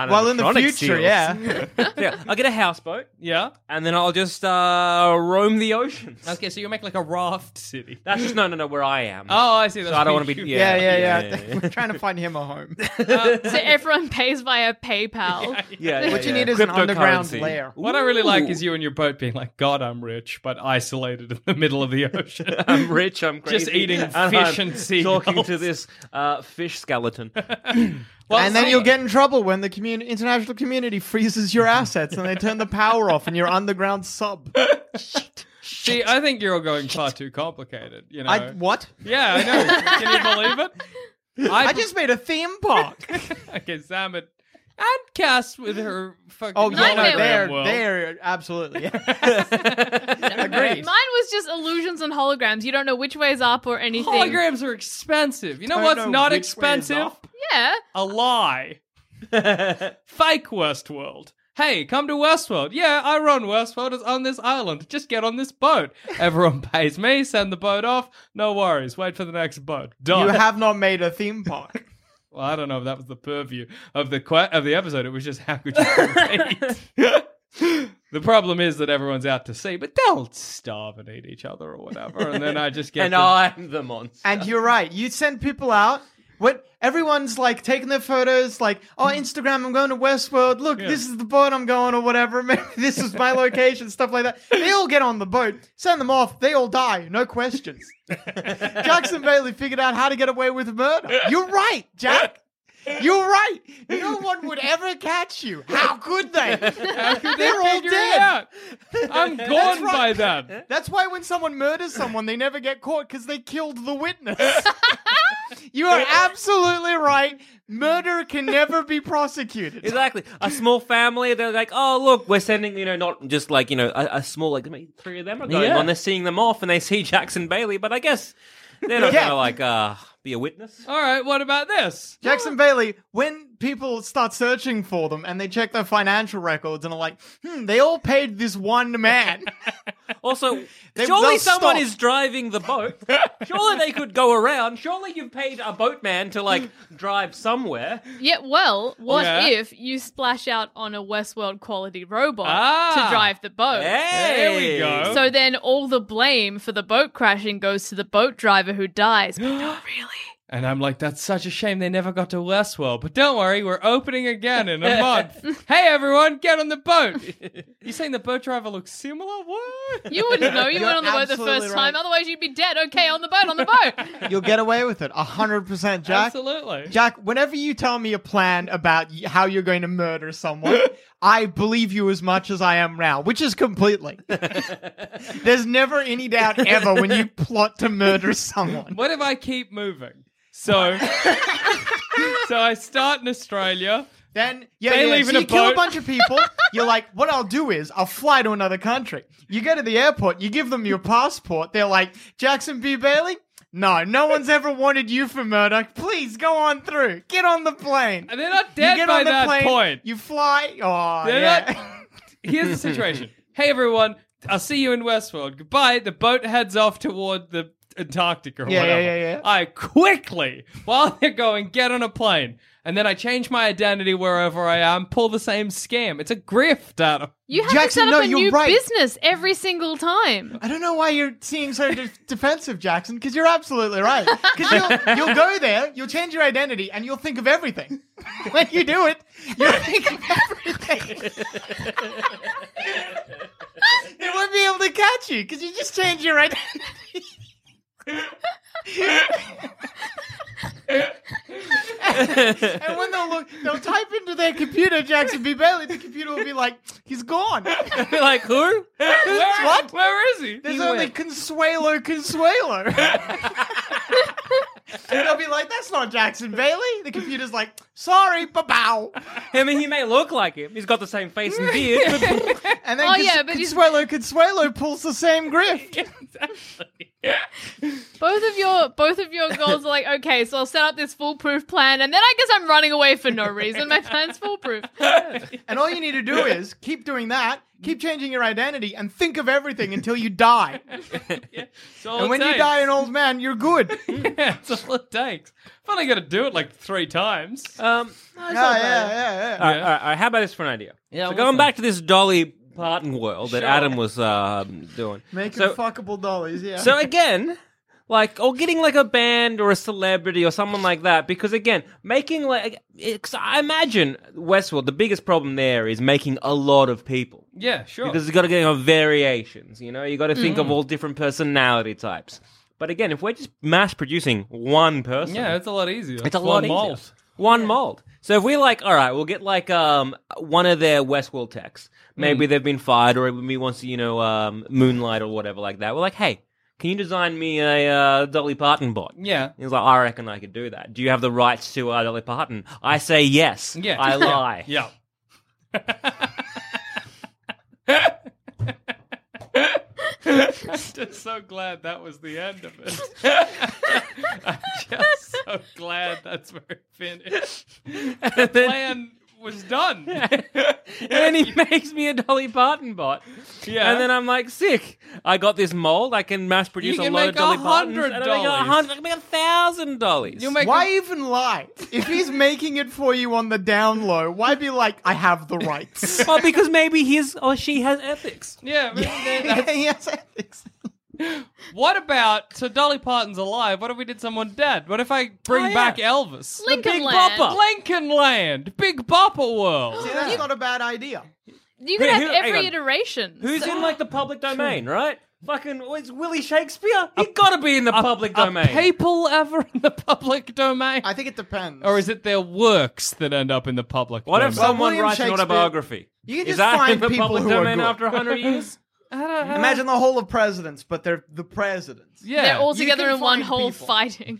S3: well,
S5: in the future, yeah.
S3: yeah. I'll get a houseboat,
S4: Yeah.
S3: and then I'll just uh, roam the oceans.
S4: Okay, so you make like a raft city.
S3: That's just no, no, no, where I am.
S4: Oh, I see. That's
S3: so I don't
S4: what
S3: want to
S4: you-
S3: be.
S5: Yeah, yeah,
S3: Yeah,
S5: yeah.
S3: yeah, yeah.
S5: We're trying to find him a home.
S6: So everyone pays via PayPal.
S3: Yeah, yeah,
S5: What you
S3: yeah.
S5: need is an underground
S3: Cryptocurrency.
S5: lair.
S4: What I really like is you and your boat being like, God, I'm rich, but isolated in the middle of the ocean.
S3: I'm rich. I'm crazy.
S4: Just eating
S3: and
S4: fish
S3: I'm
S4: and seagulls.
S3: talking to this uh, fish skeleton.
S4: Well,
S5: and then
S4: Oh, so-
S5: you'll get in trouble when the community, international community freezes your assets and they turn the power off and you're underground sub.
S4: See, I think you're going far too complicated. You know.
S5: I what?
S4: Yeah, I know. Can you believe it?
S5: I just made a theme park.
S4: okay, Sam and and Cass with her fucking.
S5: Oh yeah,
S6: Nightmare
S5: no,
S6: World.
S5: there,
S4: World.
S5: there, absolutely. Yeah.
S6: Mine was just illusions and holograms. You don't know which way is up or anything.
S4: Holograms are expensive. You know
S5: Don't
S4: what's
S5: know
S4: not
S5: which way is
S4: expensive?
S5: up.
S6: Yeah.
S4: A lie. Fake Westworld. Hey, come to Westworld. Yeah, I run Westworld. It's on this island. Just get on this boat. Everyone pays me. Send the boat off. No worries. Wait for the next boat. Done.
S5: You have not made a theme park.
S4: well, I don't know if that was the purview of the que- of the episode. It was just how could you compete? The problem is that everyone's out to sea, but they'll starve and eat each other or whatever, and then I just get
S3: and
S4: the-
S3: I'm the monster.
S5: And you're right. You send people out. What everyone's like taking their photos, like, oh Instagram, I'm going to Westworld. Look, this is the boat I'm going, or whatever. Maybe this is my location, stuff like that. They all get on the boat, send them off. They all die, no questions. Jackson Bailey figured out how to get away with murder. You're right, Jack. You're right. No one would ever catch you. How could they?
S4: How could they
S5: They're all
S4: figure it
S5: dead.
S4: out? I'm gone by
S5: right.
S4: then.
S5: That's why when someone murders someone, they never get caught because they killed the witness. you are absolutely right. Murder can never be prosecuted.
S3: Exactly. A small family, they're like, oh, look, we're sending, you know, not just like, you know, a, a small, like, maybe three of them are going
S4: Yeah.
S3: on. They're seeing them off and they see Jackson Bailey, but I guess they're not
S5: Yeah.
S3: going to, like, uh, be a witness.
S4: All right, what about this?
S5: Jackson Bailey, when people start searching for them and they check their financial records and are like, hmm, they all paid this one man.
S3: Also,
S5: They-
S3: surely
S5: they'll
S3: someone
S5: stop.
S3: is driving the boat. Surely they could go around. Surely you've paid a boatman to, like, drive somewhere.
S6: Yeah, well, what
S4: Yeah.
S6: if you splash out on a Westworld quality robot
S4: Ah.
S6: to drive the boat?
S4: There we
S3: Hey!
S4: go.
S6: So then all the blame for the boat crashing goes to the boat driver who dies. But not really.
S4: And I'm like, that's such a shame they never got to Westworld. But don't worry, we're opening again in a month. hey, everyone, get on the boat. you saying the boat driver looks similar? What?
S6: You wouldn't know. You
S5: You're
S6: went on the boat the
S5: absolutely
S6: first time.
S5: right.
S6: Otherwise, you'd be dead. Okay, on the boat, on the boat.
S5: You'll get away with it. 100% Jack.
S4: Absolutely.
S5: Jack, whenever you tell me a plan about y- how you're going to murder someone, I believe you as much as I am now, which is completely. There's never any doubt ever when you plot to murder someone.
S4: What if I keep moving? So, so I start in Australia.
S5: Then yeah,
S4: They
S5: yeah,
S4: leave
S5: so
S4: in a
S5: you kill
S4: boat.
S5: a bunch of people. You're like, what I'll do is I'll fly to another country. You go to the airport, you give them your passport. They're like, Jackson B. Bailey. No, no one's ever wanted you for murder. Please go on through. Get on the plane.
S4: And they're not
S5: you
S4: dead
S5: get
S4: by
S5: on the
S4: that
S5: plane.
S4: point.
S5: You fly. Oh,
S4: They're
S5: yeah.
S4: not- Here's the situation. hey, everyone, I'll see you in Westworld. Goodbye. The boat heads off toward the Antarctica or
S5: Yeah, yeah,
S4: whatever.
S5: yeah, yeah.
S4: I quickly, while they're going, get on a plane. And then I change my identity wherever I am, pull the same scam. It's a grift, Adam.
S6: You have
S5: Jackson,
S6: to set
S5: no,
S6: up a
S5: you're
S6: new
S5: right.
S6: business every single time.
S5: I don't know why you're seeing so de- defensive, Jackson, because you're absolutely right. Because you'll, you'll go there, you'll change your identity, and you'll think of everything. when you do it, you'll think of everything. you won't be able to they catch you because you just change your identity. and when they'll look, they'll type into their computer Jackson B. Bailey. The computer will be like, "He's gone."
S3: like who?
S4: Where,
S5: What?
S4: Where is he?
S5: There's
S3: He
S5: only
S3: went.
S5: Consuelo Consuelo. and they'll be like, that's not Jackson Bailey. The computer's like, sorry, ba bow.
S3: I mean, he may look like him. He's got the same face and beard. But
S5: And then
S6: Oh,
S5: Cons-
S6: yeah, but he's-
S5: Consuelo Consuelo pulls the same grift.
S6: Both of your both of your goals are like, okay, so I'll set up this foolproof plan, and then I guess I'm running away for no reason. My plan's foolproof.
S5: And all you need to do is keep doing that, keep changing your identity, and think of everything until you die.
S4: It's all
S5: and
S4: it
S5: when you
S4: takes.
S5: die an old man, you're good. yeah,
S4: yeah, it's all it takes. I've only got to do it like three times.
S3: um,
S5: yeah, yeah, yeah.
S3: All right, all right, all right. How about this for an idea?
S4: Yeah,
S3: So
S4: I'm
S3: going
S4: listening.
S3: back to this Dolly Parton world that Adam was uh, doing.
S5: Making
S3: so,
S5: fuckable dollies, yeah.
S3: so again, like or getting like a band or a celebrity or someone like that, because again, making like it's, I imagine Westworld, the biggest problem there is making a lot of people.
S4: Yeah, sure.
S3: Because you got to get on variations, you know. You got to think
S4: Mm.
S3: of all different personality types. But again, if we're just mass producing one person,
S4: yeah, it's a lot easier.
S3: it's a lot easier. One mold. So if we like, all right, we'll get like um one of their Westworld techs.
S4: Mm.
S3: Maybe they've been fired, or maybe wants to, you know, um, moonlight or whatever like that. We're like, hey, can you design me a uh, Dolly Parton bot?
S4: Yeah.
S3: He's like, I reckon I could do that. Do you have the rights to uh, Dolly Parton? I say yes.
S4: Yeah.
S3: I
S4: Yeah.
S3: lie.
S4: Yeah. I'm just so glad that was the end of it. I'm just so glad that's where it finished. The plan was done.
S3: and he makes me a Dolly Parton bot.
S4: Yeah.
S3: And then I'm like, sick. I got this mold. I can mass produce
S4: You can
S3: a lot
S4: make
S3: of Dolly
S4: a
S3: Partons.
S4: hundred
S3: and I make a
S4: dollies.
S3: hundred. I can make a thousand dollies.
S4: You'll make
S5: Why even lie? If he's making it for you on the down low, why be like, I have the rights?
S3: well, because maybe his or she has ethics.
S4: yeah, but then that's-
S5: yes, ethics.
S4: What about so Dolly Parton's alive? What if we did someone dead? What if I bring
S3: Oh, yeah.
S4: back Elvis?
S6: Lincoln
S3: Big
S6: Land.
S3: Bopper.
S4: Lincoln Land, Big Bopper World.
S5: See, that's not a bad idea.
S6: You could
S3: Who-
S6: have
S3: who- hang on.
S6: every iteration.
S3: Who's in like the public domain, right? Fucking it's Willie Shakespeare. He gotta be in the public domain.
S4: Are people ever in the public domain?
S5: I think it depends.
S4: or is it their works that end up in the public
S3: what
S4: domain?
S3: if someone
S5: William
S3: writes an
S5: Shakespeare-
S3: autobiography?
S5: You can just
S3: Is that
S5: find
S3: in the
S5: people
S3: public
S5: who are
S3: domain
S5: good.
S3: after 100 years?
S5: Imagine the whole of presidents, but they're the presidents.
S4: Yeah.
S6: They're all
S5: you
S6: together
S5: can
S6: in one
S5: find
S6: whole
S5: people.
S6: fighting.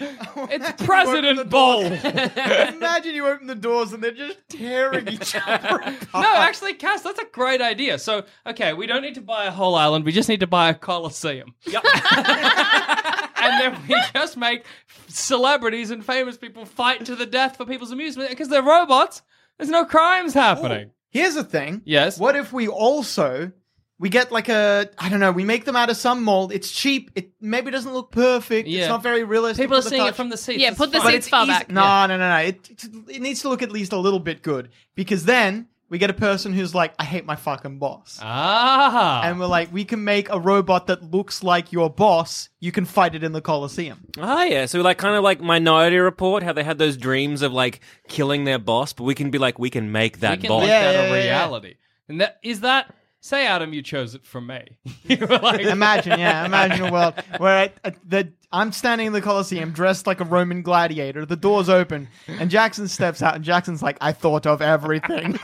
S4: it's President Ball. no,
S5: Imagine you open the doors and they're just tearing each other apart.
S4: actually, Cass, that's a great idea. So, okay, we don't need to buy a whole island. We just need to buy a coliseum.
S3: Yep.
S4: and then we just make celebrities and famous people fight to the death for people's amusement because they're robots. There's no crimes happening.
S5: Here's the thing.
S4: Yes.
S5: What if we also we get like a I don't know, we make them out of some mold. It's cheap. It maybe doesn't look perfect.
S4: Yeah.
S5: It's not very realistic.
S4: People are
S5: to the
S4: seeing it
S5: touch.
S4: from the seats.
S6: Yeah,
S4: This
S6: put
S4: is
S6: the
S4: fun.
S6: seats far back.
S5: No, no, no, no. It, it needs to look at least a little bit good because then we get a person who's like, I hate my fucking boss.
S4: Ah.
S5: and we're like, we can make a robot that looks like your boss. You can fight it in the Colosseum.
S3: Oh yeah, so like kind of like Minority Report, how they had those dreams of like killing their boss, but we can be like, we can make
S4: we
S3: that
S4: can
S3: boss.
S4: make
S5: Yeah,
S4: that
S5: yeah,
S4: a
S5: yeah, yeah.
S4: reality. And that is that. Say, Adam, you chose it from me. you were like,
S5: Imagine, yeah, imagine a world where I, I, the, I'm standing in the Colosseum dressed like a Roman gladiator. The door's open, and Jackson steps out, and Jackson's like, I thought of everything.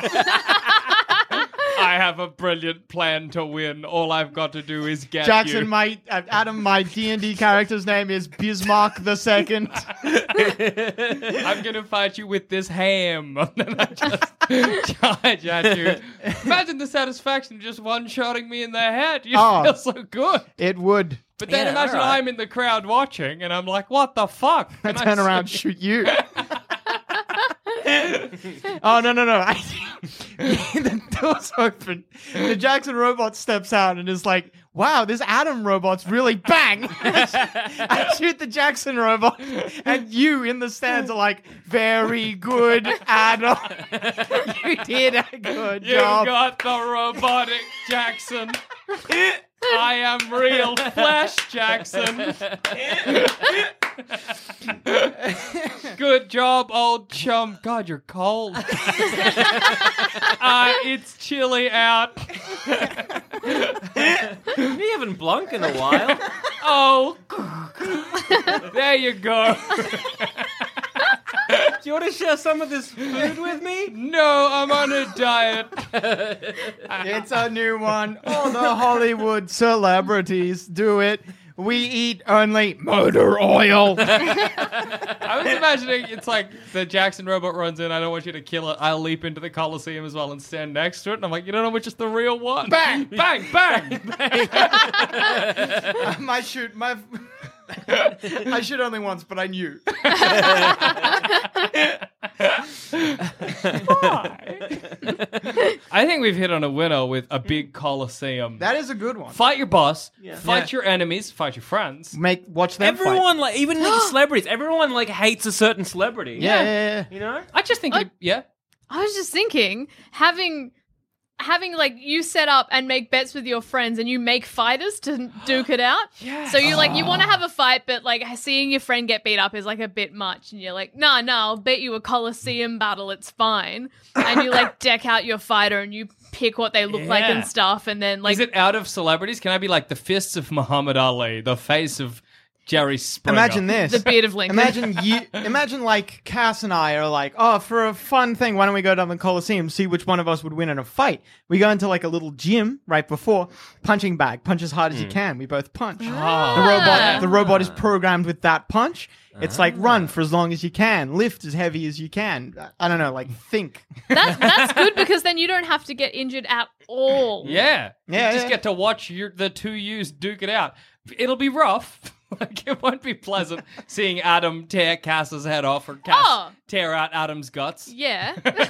S4: I have a brilliant plan to win. All I've got to do is get
S5: Jackson,
S4: you.
S5: my uh, Adam, my D and D character's name is Bismarck the Second.
S4: I'm gonna fight you with this ham. And then I just charge at you. Imagine the satisfaction of just one shotting me in the head. You
S5: Oh.
S4: feel so good.
S5: It would.
S4: But then
S3: Yeah,
S4: imagine
S3: all right.
S4: I'm in the crowd watching, and I'm like, "What the fuck?"
S5: I
S4: And I
S5: turn around,
S4: say-
S5: shoot you. oh no no no! I, the door's open. The Jackson robot steps out and is like, "Wow, this Adam robot's really bang!" I shoot the Jackson robot, and you in the stands are like, "Very good, Adam. you did a good
S4: You
S5: job."
S4: got the robotic Jackson. I am real flesh Jackson. Good job, old chum. God, you're cold. uh, it's chilly out.
S3: You haven't blunk in a while.
S4: Oh, there you go.
S3: Do you want to share some of this food with me?
S4: No, I'm on a diet.
S5: It's a new one. All the Hollywood celebrities do it. We eat only motor oil.
S4: I was imagining it's like the Jackson robot runs in. I don't want you to kill it. I'll leap into the Colosseum as well and stand next to it. And I'm like, you don't know which is the real one. Bang, bang, bang.
S5: my shoot, my. I shoot only once, but I knew.
S4: I think we've hit on a winner with a big Colosseum.
S5: That is a good one.
S4: fight your boss, fight your enemies, fight your friends.
S5: Make watch them fight.
S3: Everyone like even like celebrities. Everyone like hates a certain celebrity.
S5: Yeah, yeah, yeah.
S3: You know?
S4: I just think, it, yeah.
S6: I was just thinking, having having like you set up and make bets with your friends and you make fighters to duke it out. Yeah. So you like you want to have a fight, but like seeing your friend get beat up is like a bit much, and you're like, nah, nah, I'll bet you a coliseum battle, it's fine. And you like deck out your fighter and you pick what they look like
S4: Yeah.
S6: and stuff, and then like
S4: Is it out of celebrities? Can I be like the fists of Muhammad Ali, the face of Jerry Springer?
S5: Imagine this.
S6: the beard of Lincoln.
S5: Imagine you, imagine like Cass and I are like, oh, for a fun thing, why don't we go down the Coliseum, see which one of us would win in a fight? We go into like a little gym right before punching bag, punch as hard as you can. We both punch. The robot, the robot is programmed with that punch. It's like run for as long as you can, lift as heavy as you can. I don't know, like think.
S6: That, that's good because then you don't have to get injured at all.
S4: Yeah.
S5: Yeah,
S4: You just
S5: yeah.
S4: get to watch your, the two yous duke it out. It'll be rough. like, it won't be pleasant seeing Adam tear Cass's head off or Cass
S6: Oh.
S4: tear out Adam's guts.
S6: Yeah.
S4: Don't worry,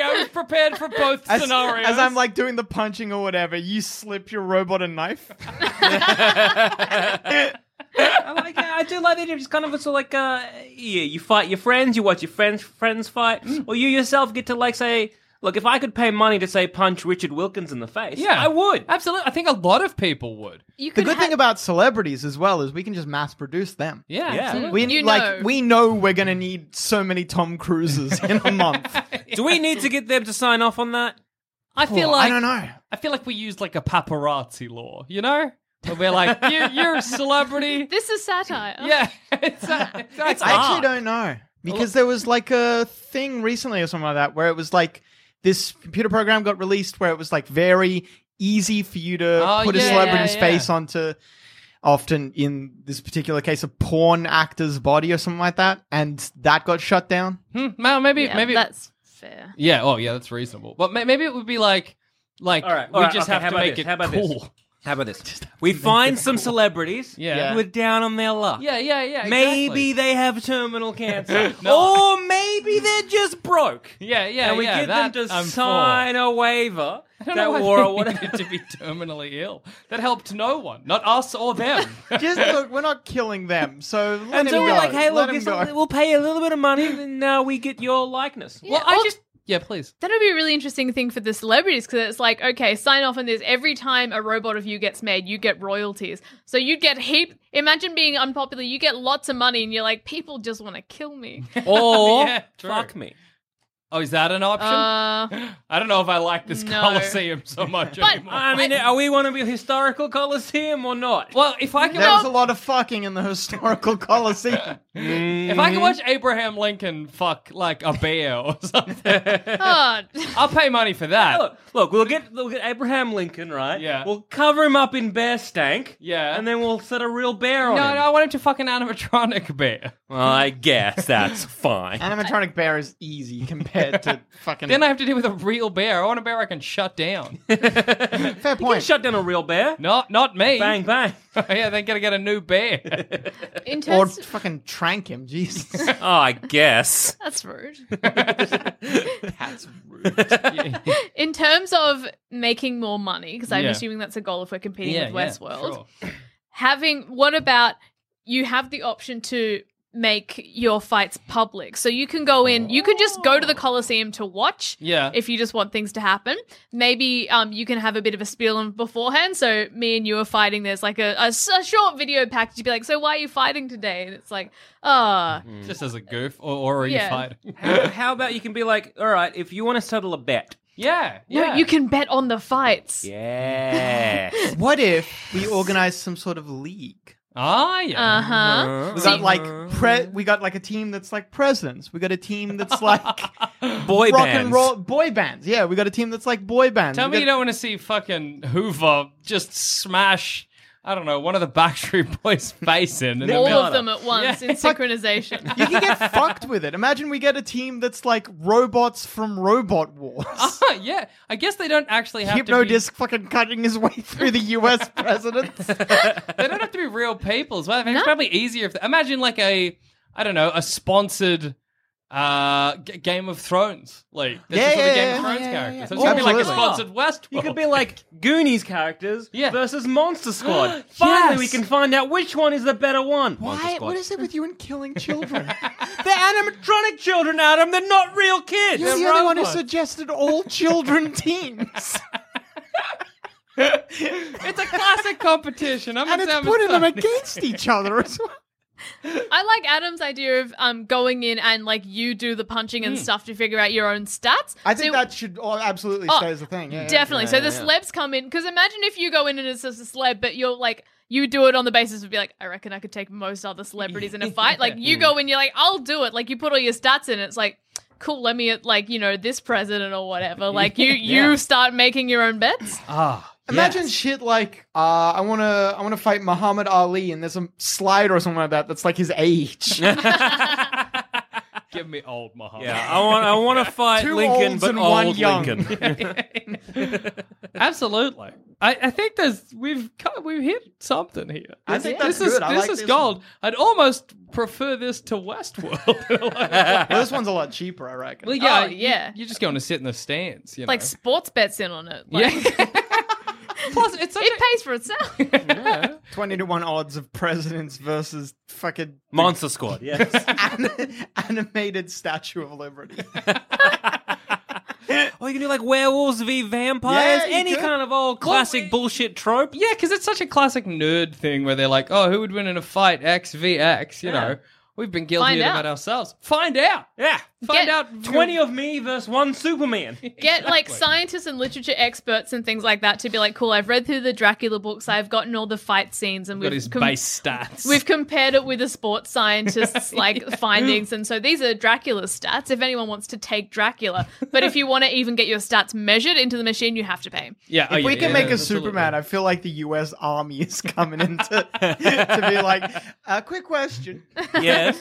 S4: I was prepared for both
S5: As,
S4: scenarios.
S5: as I'm like doing the punching or whatever, you slip your robot a knife.
S3: I like I do like the idea of just kind of it's like uh yeah, you fight your friends, you watch your friends friends fight,
S4: Mm.
S3: or you yourself get to like say Look, if I could pay money to say punch Richard Wilkins in the face,
S4: yeah,
S3: I would.
S4: Absolutely. I think a lot of people would.
S6: You
S5: The
S6: could
S5: good
S6: ha-
S5: thing about celebrities as well is we can just mass produce them.
S4: Yeah.
S3: Yeah.
S4: absolutely.
S5: We
S6: You
S5: like
S6: know.
S5: we know we're gonna need so many Tom Cruises in a month.
S3: Do we need to get them to sign off on that?
S4: I feel
S5: I
S4: like
S5: don't know.
S4: I feel like we used like a paparazzi law, you know? Where we're like, you, you're a celebrity.
S6: this is satire.
S4: yeah. It's, a- it's
S5: I
S4: art.
S5: actually don't know because there was like a thing recently or something like that where it was like this computer program got released where it was like very easy for you to
S4: Oh,
S5: put a
S4: yeah,
S5: celebrity's
S4: yeah, yeah.
S5: face onto often in this particular case a porn actor's body or something like that and that got shut down
S4: Hmm, well, maybe
S6: Yeah,
S4: maybe
S6: that's fair.
S4: Yeah. Oh, yeah. That's reasonable. But may- maybe it would be like, like
S3: All right,
S4: we
S3: all right,
S4: just
S3: okay, how
S4: have to
S3: about
S4: make
S3: this?
S4: it
S3: How about this?
S4: cool.
S3: How about this? We find some celebrities
S4: Yeah.
S3: who are down on their luck.
S4: Yeah. Yeah. Yeah.
S3: Maybe
S4: exactly.
S3: they have terminal cancer.
S4: No.
S3: Or maybe they're just broke.
S4: Yeah. Yeah.
S3: and we
S4: yeah,
S3: get
S4: that
S3: them to
S4: I'm for.
S3: sign a waiver
S4: I don't
S3: that
S4: know why
S3: war
S4: they
S3: or whatever.
S4: needed to be terminally ill. That helped no one, not us or them.
S5: just look we're not killing them so let
S3: And
S5: him
S3: so we're
S5: go.
S3: like, hey,
S5: let
S3: look,
S5: him
S3: this
S5: go.
S3: we'll pay a little bit of money, and now we get your likeness.
S4: well,
S6: Yeah,
S4: I
S6: or-
S4: just yeah, please.
S6: That would be a really interesting thing for the celebrities because it's like, okay, sign off on this. Every time a robot of you gets made, you get royalties. So you get heap. Imagine being unpopular. You get lots of money, and you're like, people just want to kill me.
S3: Or
S4: Yeah, true.
S3: fuck me.
S4: Oh, is that an option?
S6: Uh,
S4: I don't know if I like this
S6: no.
S4: Colosseum so much
S6: But-
S4: anymore.
S3: I mean, are we want to be a historical coliseum or not?
S4: well, if I can,
S5: there was
S4: watch,
S5: a lot of fucking in the historical coliseum
S4: if I can watch Abraham Lincoln fuck like a bear or something,
S6: oh,
S4: I'll pay money for that.
S3: Look, look, we'll get we'll get Abraham Lincoln, right?
S4: Yeah.
S3: We'll cover him up in bear stank.
S4: Yeah.
S3: And then we'll set a real bear
S4: no,
S3: on
S4: no,
S3: him.
S4: I want him to fuck an animatronic bear.
S3: Well, I guess that's fine.
S5: Animatronic bear is easy compared to fucking.
S4: Then I have to deal with a real bear. I want a bear I can shut down.
S5: fair
S3: You can
S5: point.
S3: shut down a real bear.
S4: not not me.
S3: Bang, bang. Oh,
S4: yeah, they're gonna get a new bear.
S6: in
S5: or
S6: terms,
S5: fucking trank him, Jesus.
S3: Oh, I guess.
S6: that's rude.
S5: That's rude.
S6: In terms of making more money, because I'm
S4: Yeah.
S6: assuming that's a goal if we're competing
S4: yeah,
S6: with Westworld.
S4: Sure.
S6: having what about you have the option to make your fights public so you can go in you can just go
S5: Oh.
S6: to the coliseum to watch
S4: Yeah.
S6: if you just want things to happen maybe um you can have a bit of a spiel on beforehand so me and you are fighting there's like a, a s- a short video package you'd be like so why are you fighting today and it's like ah
S5: Mm-hmm.
S4: Just as a goof, or, or are you
S6: Yeah.
S4: fired?
S3: How, how about you can be like, all right, if you want to settle a bet,
S4: Yeah,
S6: No,
S4: yeah.
S6: you can bet on the fights.
S3: Yeah.
S5: What if we organize some sort of league?
S4: Ah, yeah.
S6: Uh huh.
S5: We got Uh-huh. like
S4: uh,
S5: pre- we got like a team that's like presidents. We got a team that's like
S3: Boy
S5: rock
S3: bands.
S5: and roll boy bands. Yeah, we got a team that's like boy bands.
S4: Tell
S5: We
S4: me
S5: got-
S4: you don't want to see fucking Hoover just smash. I don't know, one of the Backstreet Boys' face in. in the
S6: All
S4: middle.
S6: of them at once in synchronization.
S5: You can get fucked with it. Imagine we get a team that's like robots from Robot Wars.
S4: Ah, yeah, I guess they don't actually have to. Be,
S5: Hypnodisc fucking cutting his way through the U.S. presidents.
S4: they don't have to be real people. As well. I think It's probably easier if. They, imagine like a, I don't know, a sponsored. Uh, G- Game of Thrones, like this
S5: Yeah,
S4: is what
S5: yeah,
S4: the Game
S5: yeah.
S4: of Thrones
S5: Yeah, yeah,
S4: character.
S5: yeah.
S4: So it's gonna be like a
S5: Absolutely.
S4: sponsored Westworld.
S3: You could be like Goonies characters
S4: Yeah.
S3: versus Monster Squad. Finally, we
S4: Yes.
S3: can find out which one is the better one. Monster
S5: Why?
S3: Squad.
S5: What is it with you and killing children?
S3: They're animatronic children, Adam. They're not real kids.
S5: You're the
S4: They're
S5: only one who
S4: robots.
S5: suggested all children teams.
S4: it's a classic competition. I'm
S5: and
S4: just
S5: it's
S4: having
S5: putting
S4: fun.
S5: them against each other as well.
S6: I like Adam's idea of um going in and like you do the punching and stuff to figure out your own stats.
S5: Hmm. I think
S6: So-
S5: that should oh, absolutely
S6: Oh,
S5: stay as a thing. Yeah, yeah.
S6: Definitely. so the celebs come in because imagine if you go in and it's just a celeb, but you're like you do it on the basis of be like, I reckon I could take most other celebrities in a fight. Like you go in, you're like, I'll do it. Like you put all your stats in. It's like, cool. Let me at like you know this president or whatever. Like you you start making your own bets.
S5: Uh,
S4: Ah,
S5: Imagine
S4: yes.
S5: shit like uh, I want to I want to fight Muhammad Ali and there's a slide or something like that that's like his age.
S4: give me old Muhammad.
S3: Yeah, I want. I want to fight
S5: Two
S3: Lincoln,
S5: olds
S3: but
S5: and
S3: old
S5: one young.
S3: Lincoln.
S4: Absolutely. I, I think there's we've co- we've hit something here.
S5: I think
S4: this
S5: that's
S4: is
S5: good. I
S4: this
S5: like
S4: is
S5: this
S4: gold. I'd almost prefer this to Westworld.
S5: well, this one's a lot cheaper, I reckon.
S4: well, yeah,
S6: Oh, yeah.
S4: You, are just going to sit in the stands, you
S6: Like
S4: know.
S6: sports bets in on it. Like,
S4: yeah. Plus, it's such
S6: It pays for itself.
S5: Twenty to one odds of presidents versus fucking
S3: Monster Squad. Yes.
S5: an- animated Statue of Liberty.
S3: or Oh, you can do like werewolves v vampires.
S5: Yeah, you
S3: any
S5: could.
S3: kind of old classic
S4: we-
S3: bullshit trope.
S4: a, yeah, because it's such a classic nerd thing where they're like, "Oh, who would win in a fight? X v X." You know, we've been guilty
S6: Find
S4: of
S6: out.
S4: that ourselves. Find out.
S3: Yeah.
S4: Find
S6: Get-
S4: out.
S3: Twenty of me versus one Superman.
S6: Get like scientists and literature experts and things like that to be like, cool. I've read through the Dracula books. I've gotten all the fight scenes, and
S4: got
S6: we've
S4: his
S6: com-
S4: base stats.
S6: We've compared it with a sports scientist's like findings, and so these are Dracula's stats. If anyone wants to take Dracula, but if you want to even get your stats measured into the machine, you have to pay.
S4: yeah, oh,
S5: If we
S4: yeah,
S5: can
S4: yeah,
S5: make a
S4: absolutely.
S5: Superman, I feel like the U.S. Army is coming in to, to be like, uh, quick question:
S3: Yes.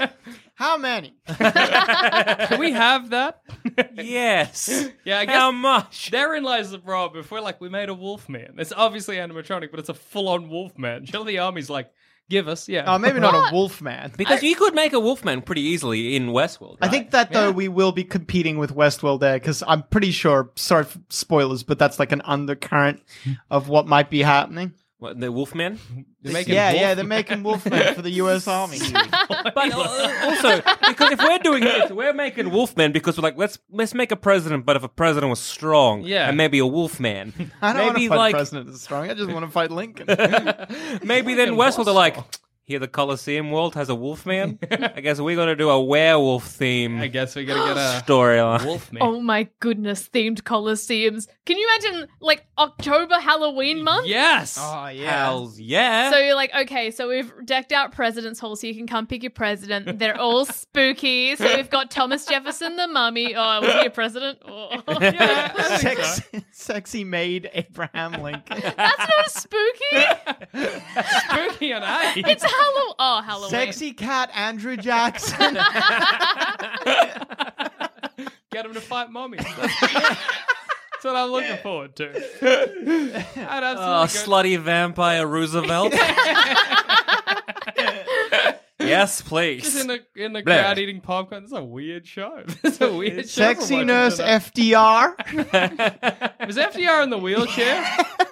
S5: How many?
S4: can we have that?
S3: yes.
S4: Yeah, I guess
S3: How much?
S4: Therein lies the problem. If we're like, we made a wolf man. It's obviously animatronic, but it's a full on wolf man. Surely the army's like, give us, yeah.
S5: Oh, maybe not a wolf man.
S3: Because you could make a Wolfman pretty easily in Westworld.
S5: I
S3: right?
S5: think that though we will be competing with Westworld there because I'm pretty sure. Sorry, for spoilers, but that's like an undercurrent of what might be happening.
S3: What, the Wolfman.
S4: They're making
S5: Yeah,
S4: wolf-
S5: yeah, they're making Wolfman for the U.S. Army.
S3: But uh, also, because if we're doing this, we're making Wolfman because we're like, let's let's make a president. But if a president was strong,
S4: Yeah.
S3: and maybe a Wolfman,
S5: I don't want
S3: maybe
S5: to fight
S3: like
S5: President as strong. I just want to fight Lincoln.
S3: maybe then Westworld are like, here the Coliseum world has a Wolfman. I guess we got to do a werewolf
S4: I
S3: theme
S4: guess we gotta get a
S3: storyline.
S4: wolf man.
S6: Oh my goodness, themed coliseums! Can you imagine like October Halloween month?
S4: Yes!
S5: oh yeah.
S3: Hells yeah!
S6: So you're like, okay, so we've decked out President's Hall, so you can come pick your president. They're all spooky. So we've got Thomas Jefferson, the mummy. Oh, was he a president? Oh.
S5: Sex, sexy maid Abraham Lincoln.
S6: That's not spooky.
S4: Spooky and I.
S6: It's Halloween. Oh, Halloween.
S5: Sexy cat Andrew Jackson.
S4: Get him to fight mommy. That's what I'm looking forward to. I'd
S3: Oh,
S4: absolutely
S3: slutty vampire Roosevelt. yes,
S4: go-
S3: please.
S4: in the, in the
S3: Blah.
S4: crowd eating popcorn. This is a weird show. This is a weird show. we're
S5: Sexy
S4: watching
S5: nurse
S4: tonight.
S5: FDR.
S4: Was FDR in the wheelchair?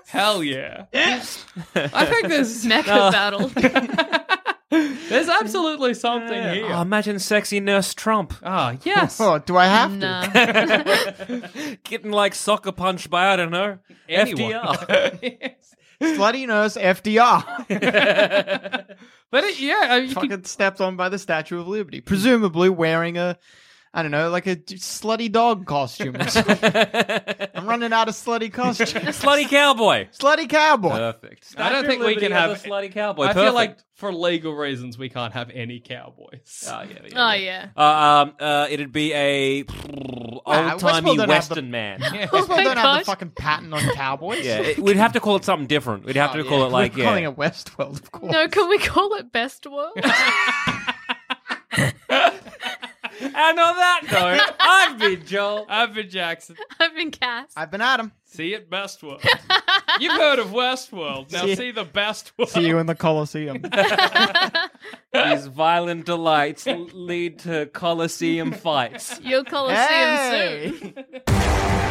S4: Hell yeah. I think there's
S6: Mecha battle.
S4: there's absolutely something
S3: Oh,
S4: here.
S3: imagine sexy nurse Trump
S4: Ah, yes.
S5: Oh, do I have to?
S3: getting like soccer punched by I don't know
S4: Anyone.
S3: FDR.
S5: Slutty nurse FDR.
S4: But it, yeah, I mean, you could,
S3: Hmm.
S5: Fucking stepped on by the Statue of Liberty, presumably wearing a I don't know, like a d- slutty dog costume. or something. I'm running out of slutty costumes.
S3: Slutty cowboy.
S5: slutty cowboy.
S3: Perfect.
S4: I don't think we can have
S3: a slutty cowboy.
S4: I
S3: Perfect.
S4: feel like for legal reasons we can't have any cowboys.
S3: Oh, yeah, yeah.
S6: Oh yeah.
S3: Uh, um, uh, it'd be a
S5: Wow,
S3: old timey
S5: Westworld don't have
S3: Western
S5: the-
S3: man.
S5: This
S6: Oh my
S5: one don't have
S6: gosh.
S5: the fucking patent on cowboys.
S3: Yeah, it- we'd have to call it something different. We'd have to call it like
S5: Oh, We're
S3: yeah.
S5: calling it Westworld, of course.
S6: No, can we call it Best World?
S3: And on that note, I've been Joel.
S4: I've been Jackson.
S6: I've been cast.
S5: I've been Adam.
S4: See it best world. You've heard of Westworld. Now
S5: See-
S4: see the best world.
S5: See you in the Colosseum.
S3: These violent delights l- lead to Colosseum fights.
S6: You'll call us soon.
S5: hey!